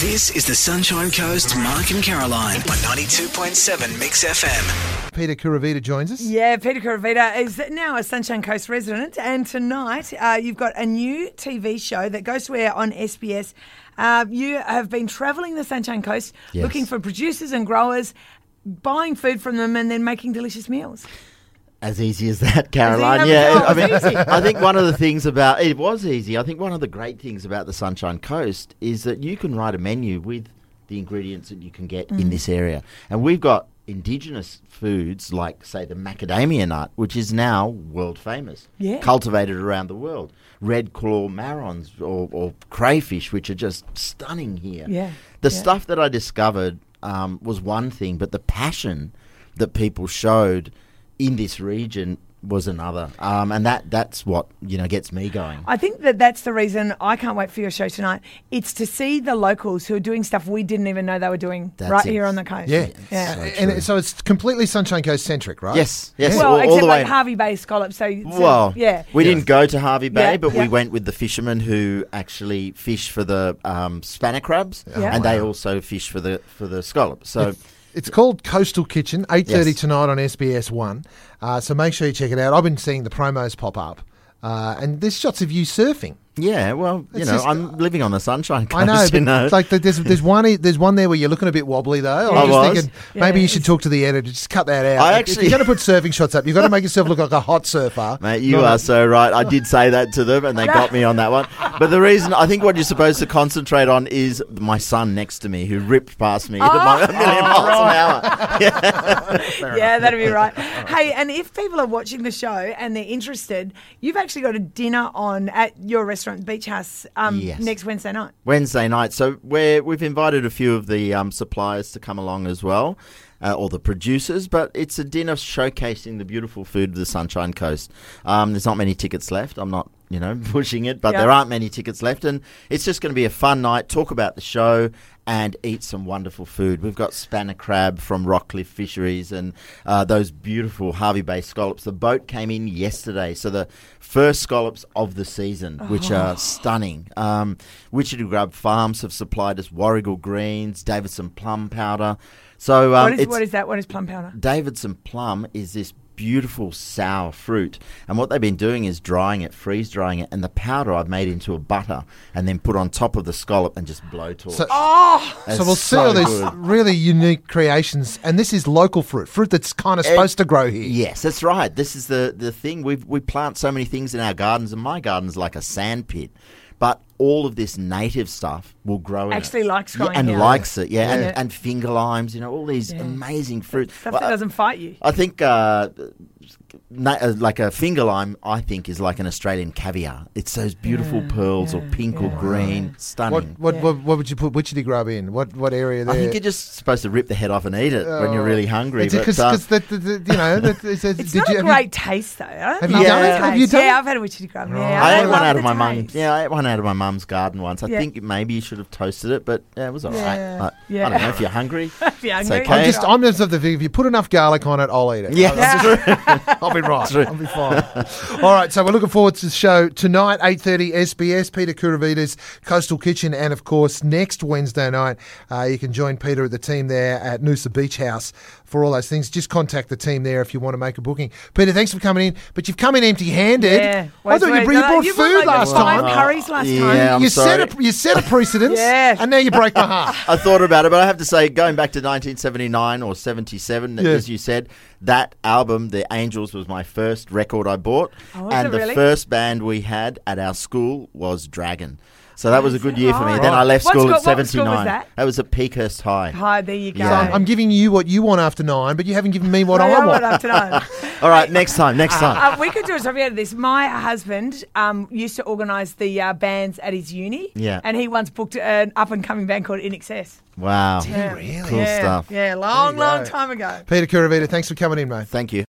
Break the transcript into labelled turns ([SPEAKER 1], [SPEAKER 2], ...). [SPEAKER 1] This is the Sunshine Coast, Mark and Caroline on 92.7 Mix FM.
[SPEAKER 2] Peter Kuravita joins us.
[SPEAKER 3] Yeah, Peter Caravita is now a Sunshine Coast resident, and tonight uh, you've got a new TV show that goes to air on SBS. Uh, you have been travelling the Sunshine Coast
[SPEAKER 4] Yes.
[SPEAKER 3] looking for producers and growers, buying food from them, and then making delicious meals.
[SPEAKER 4] As easy as that, Caroline.
[SPEAKER 3] as
[SPEAKER 4] yeah,
[SPEAKER 3] that
[SPEAKER 4] I
[SPEAKER 3] was
[SPEAKER 4] mean,
[SPEAKER 3] easy.
[SPEAKER 4] I think one of the things about it was easy. I think one of the great things about the Sunshine Coast is that you can write a menu with the ingredients that you can get
[SPEAKER 3] Mm.
[SPEAKER 4] in this area, and we've got indigenous foods like, say, the macadamia nut, which is now world famous,
[SPEAKER 3] Yeah.
[SPEAKER 4] cultivated around the world. Red claw marrons or, or crayfish, which are just stunning here.
[SPEAKER 3] Yeah,
[SPEAKER 4] The
[SPEAKER 3] yeah.
[SPEAKER 4] stuff that I discovered um, was one thing, but the passion that people showed in this region was another, um, and that that's what you know gets me going.
[SPEAKER 3] I think that that's the reason I can't wait for your show tonight. It's to see the locals who are doing stuff we didn't even know they were doing
[SPEAKER 4] That's
[SPEAKER 3] right
[SPEAKER 4] it.
[SPEAKER 3] here on the coast.
[SPEAKER 2] Yeah.
[SPEAKER 3] Yeah.
[SPEAKER 4] So
[SPEAKER 2] and
[SPEAKER 4] true.
[SPEAKER 2] so it's completely Sunshine Coast centric, right?
[SPEAKER 4] Yes, yes,
[SPEAKER 3] Well,
[SPEAKER 4] all, all
[SPEAKER 3] except
[SPEAKER 4] the way.
[SPEAKER 3] like Harvey Bay scallops. So, so
[SPEAKER 4] well,
[SPEAKER 3] yeah.
[SPEAKER 4] we didn't go to Harvey Bay,
[SPEAKER 3] Yeah,
[SPEAKER 4] but
[SPEAKER 3] yeah.
[SPEAKER 4] we went with the fishermen who actually fish for the um, spanner crabs,
[SPEAKER 3] Yeah.
[SPEAKER 4] and they also fish for the for the scallop. So.
[SPEAKER 2] It's called Coastal Kitchen, 8.30
[SPEAKER 4] Yes.
[SPEAKER 2] tonight on SBS 1. Uh, so make sure you check it out. I've been seeing the promos pop up. Uh, and there's shots of you surfing.
[SPEAKER 4] Yeah, well, you
[SPEAKER 2] It's
[SPEAKER 4] know,
[SPEAKER 2] just-
[SPEAKER 4] I'm living on the sunshine coast.
[SPEAKER 2] I know,
[SPEAKER 4] you
[SPEAKER 2] but
[SPEAKER 4] know,
[SPEAKER 2] it's like the, there's there's one e, there's one there where you're looking a bit wobbly though.
[SPEAKER 4] I
[SPEAKER 2] I'm just
[SPEAKER 4] was.
[SPEAKER 2] thinking maybe
[SPEAKER 3] Yeah,
[SPEAKER 2] you should talk to the editor. Just cut that out.
[SPEAKER 4] I
[SPEAKER 2] If- if
[SPEAKER 4] actually-
[SPEAKER 2] you're going to put surfing shots up, you've got to make yourself look like a hot surfer.
[SPEAKER 4] Mate, you
[SPEAKER 2] Not a-
[SPEAKER 4] are so right. I did say that to them, and they got me on that one. But the reason I think what you're supposed to concentrate on is my son next to me, who ripped past me at a million miles an hour.
[SPEAKER 3] Yeah, that'd be right. Hey, and if people are watching the show and they're interested, you've actually got a dinner on at your restaurant, Beach House, um,
[SPEAKER 4] Yes.
[SPEAKER 3] next Wednesday night.
[SPEAKER 4] Wednesday night. So we're, we've invited a few of the um, suppliers to come along as well, uh, or the producers. But it's a dinner showcasing the beautiful food of the Sunshine Coast. Um, there's not many tickets left. I'm not, you know, pushing it, but
[SPEAKER 3] Yeah.
[SPEAKER 4] there aren't many tickets left, and it's just going to be a fun night. Talk about the show. And eat some wonderful food. We've got spanner crab from Rockcliffe Fisheries and uh, those beautiful Harvey Bay scallops. The boat came in yesterday, so the first scallops of the season, which
[SPEAKER 3] Oh.
[SPEAKER 4] are stunning. Um, Wichita Grub Farms have supplied us Warrigal greens, Davidson plum powder. So um,
[SPEAKER 3] what, is,
[SPEAKER 4] it's,
[SPEAKER 3] what is that? What is plum powder?
[SPEAKER 4] Davidson plum is this beautiful sour fruit, and what they've been doing is drying it, freeze drying it, and the powder I've made into a butter and then put on top of the scallop and just blow torch.
[SPEAKER 2] So-
[SPEAKER 3] Oh,
[SPEAKER 2] So we'll see all these really unique creations, and this is local fruit, fruit that's kind of supposed to grow here.
[SPEAKER 4] Yes, that's right. This is the the thing. We we plant so many things in our gardens, and my garden's like a sand pit. But all of this native stuff will grow in it.
[SPEAKER 3] Actually likes
[SPEAKER 4] Yeah,
[SPEAKER 3] growing
[SPEAKER 4] and
[SPEAKER 3] here.
[SPEAKER 4] likes it. Yeah,
[SPEAKER 3] Yeah.
[SPEAKER 4] And, and finger limes. You know, all these
[SPEAKER 3] Yeah.
[SPEAKER 4] amazing fruits.
[SPEAKER 3] stuff
[SPEAKER 4] Well, uh,
[SPEAKER 3] that doesn't fight you.
[SPEAKER 4] I think uh, na- uh, like a finger lime. I think is like an Australian caviar. It's those beautiful pearls or pink or green, stunning.
[SPEAKER 2] What what,
[SPEAKER 3] Yeah.
[SPEAKER 2] what what would you put? Which did you grab in? What what area there?
[SPEAKER 4] I think you're just supposed to rip the head off and eat it when you're really hungry. but,
[SPEAKER 2] Because
[SPEAKER 4] uh,
[SPEAKER 2] the, the, the, you know, the, it's,
[SPEAKER 3] It's
[SPEAKER 2] did
[SPEAKER 3] not
[SPEAKER 2] you,
[SPEAKER 3] a
[SPEAKER 2] have
[SPEAKER 3] great taste, though. I
[SPEAKER 2] Have
[SPEAKER 3] don't love
[SPEAKER 4] you
[SPEAKER 3] the
[SPEAKER 4] done it?
[SPEAKER 2] Have you
[SPEAKER 3] taste.
[SPEAKER 2] done
[SPEAKER 3] yeah,
[SPEAKER 2] it?
[SPEAKER 3] I've had a witchetty grub. Yeah,
[SPEAKER 4] I
[SPEAKER 3] don't
[SPEAKER 4] ate
[SPEAKER 3] love
[SPEAKER 4] one out
[SPEAKER 3] the
[SPEAKER 4] of my mum's.
[SPEAKER 3] taste.
[SPEAKER 4] Yeah, I ate one out of my mum's garden once. I
[SPEAKER 3] Yeah.
[SPEAKER 4] think maybe you should have toasted it, but yeah, it was all right.
[SPEAKER 2] Yeah.
[SPEAKER 4] Like,
[SPEAKER 3] Yeah.
[SPEAKER 4] I don't know if you're hungry.
[SPEAKER 3] If you're
[SPEAKER 4] It's
[SPEAKER 3] hungry,
[SPEAKER 4] okay.
[SPEAKER 2] I'm
[SPEAKER 4] Hey.
[SPEAKER 2] just I'm just of the view, if you put enough garlic on it, I'll eat it.
[SPEAKER 4] Yeah,
[SPEAKER 2] I'll,
[SPEAKER 3] Yeah.
[SPEAKER 2] I'll be right. I'll be fine. All right, so we're looking forward to the show tonight, 8:30 SBS, Peter Kuravita's Coastal Kitchen, and of course next Wednesday night, uh, you can join Peter at the team there at Noosa Beach House for all those things. Just contact the team there if you want to make a booking. Peter, thanks for coming in, but you've come in empty-handed.
[SPEAKER 3] Yeah.
[SPEAKER 2] I
[SPEAKER 3] Wait,
[SPEAKER 2] thought you,
[SPEAKER 3] wait,
[SPEAKER 2] brought- you
[SPEAKER 3] no,
[SPEAKER 2] brought
[SPEAKER 3] you brought
[SPEAKER 2] food
[SPEAKER 3] like
[SPEAKER 2] last
[SPEAKER 3] five
[SPEAKER 2] time.
[SPEAKER 3] curries last
[SPEAKER 4] yeah,
[SPEAKER 3] time.
[SPEAKER 4] I'm
[SPEAKER 2] you
[SPEAKER 4] sorry.
[SPEAKER 2] set a you set a precedence,
[SPEAKER 3] Yeah.
[SPEAKER 2] and now you break my heart.
[SPEAKER 4] I thought about it, but I have to say, going back to 1979 or 77,
[SPEAKER 2] Yeah.
[SPEAKER 4] as you said, that album, The Angels, was my first record I bought.
[SPEAKER 3] Oh, was
[SPEAKER 4] and
[SPEAKER 3] it
[SPEAKER 4] the
[SPEAKER 3] really?
[SPEAKER 4] first band we had at our school was Dragon. So that was a good year for me.
[SPEAKER 3] Right.
[SPEAKER 4] Then I left
[SPEAKER 3] What
[SPEAKER 4] school
[SPEAKER 3] school-
[SPEAKER 4] at
[SPEAKER 3] what school was
[SPEAKER 4] 79.
[SPEAKER 3] that?
[SPEAKER 4] was at Peakhurst High.
[SPEAKER 3] Hi, there you go. "Oh,
[SPEAKER 4] Yeah.
[SPEAKER 2] I'm giving you what you want after nine, but you haven't given me what
[SPEAKER 3] No,
[SPEAKER 2] I
[SPEAKER 3] I
[SPEAKER 2] want.
[SPEAKER 3] would love to know.
[SPEAKER 4] All right, next time, next time.
[SPEAKER 3] uh, we could do a topic out of this. My husband um, used to organise the uh, bands at his uni.
[SPEAKER 4] Yeah.
[SPEAKER 3] And he once booked an up and coming band called In Excess.
[SPEAKER 4] wow.
[SPEAKER 2] Really?
[SPEAKER 4] Cool
[SPEAKER 3] yeah.
[SPEAKER 4] stuff.
[SPEAKER 3] Yeah, long,
[SPEAKER 2] There you
[SPEAKER 3] long
[SPEAKER 2] go.
[SPEAKER 3] time ago.
[SPEAKER 2] Peter Kuravita, thanks for coming in, mate.
[SPEAKER 4] Thank you.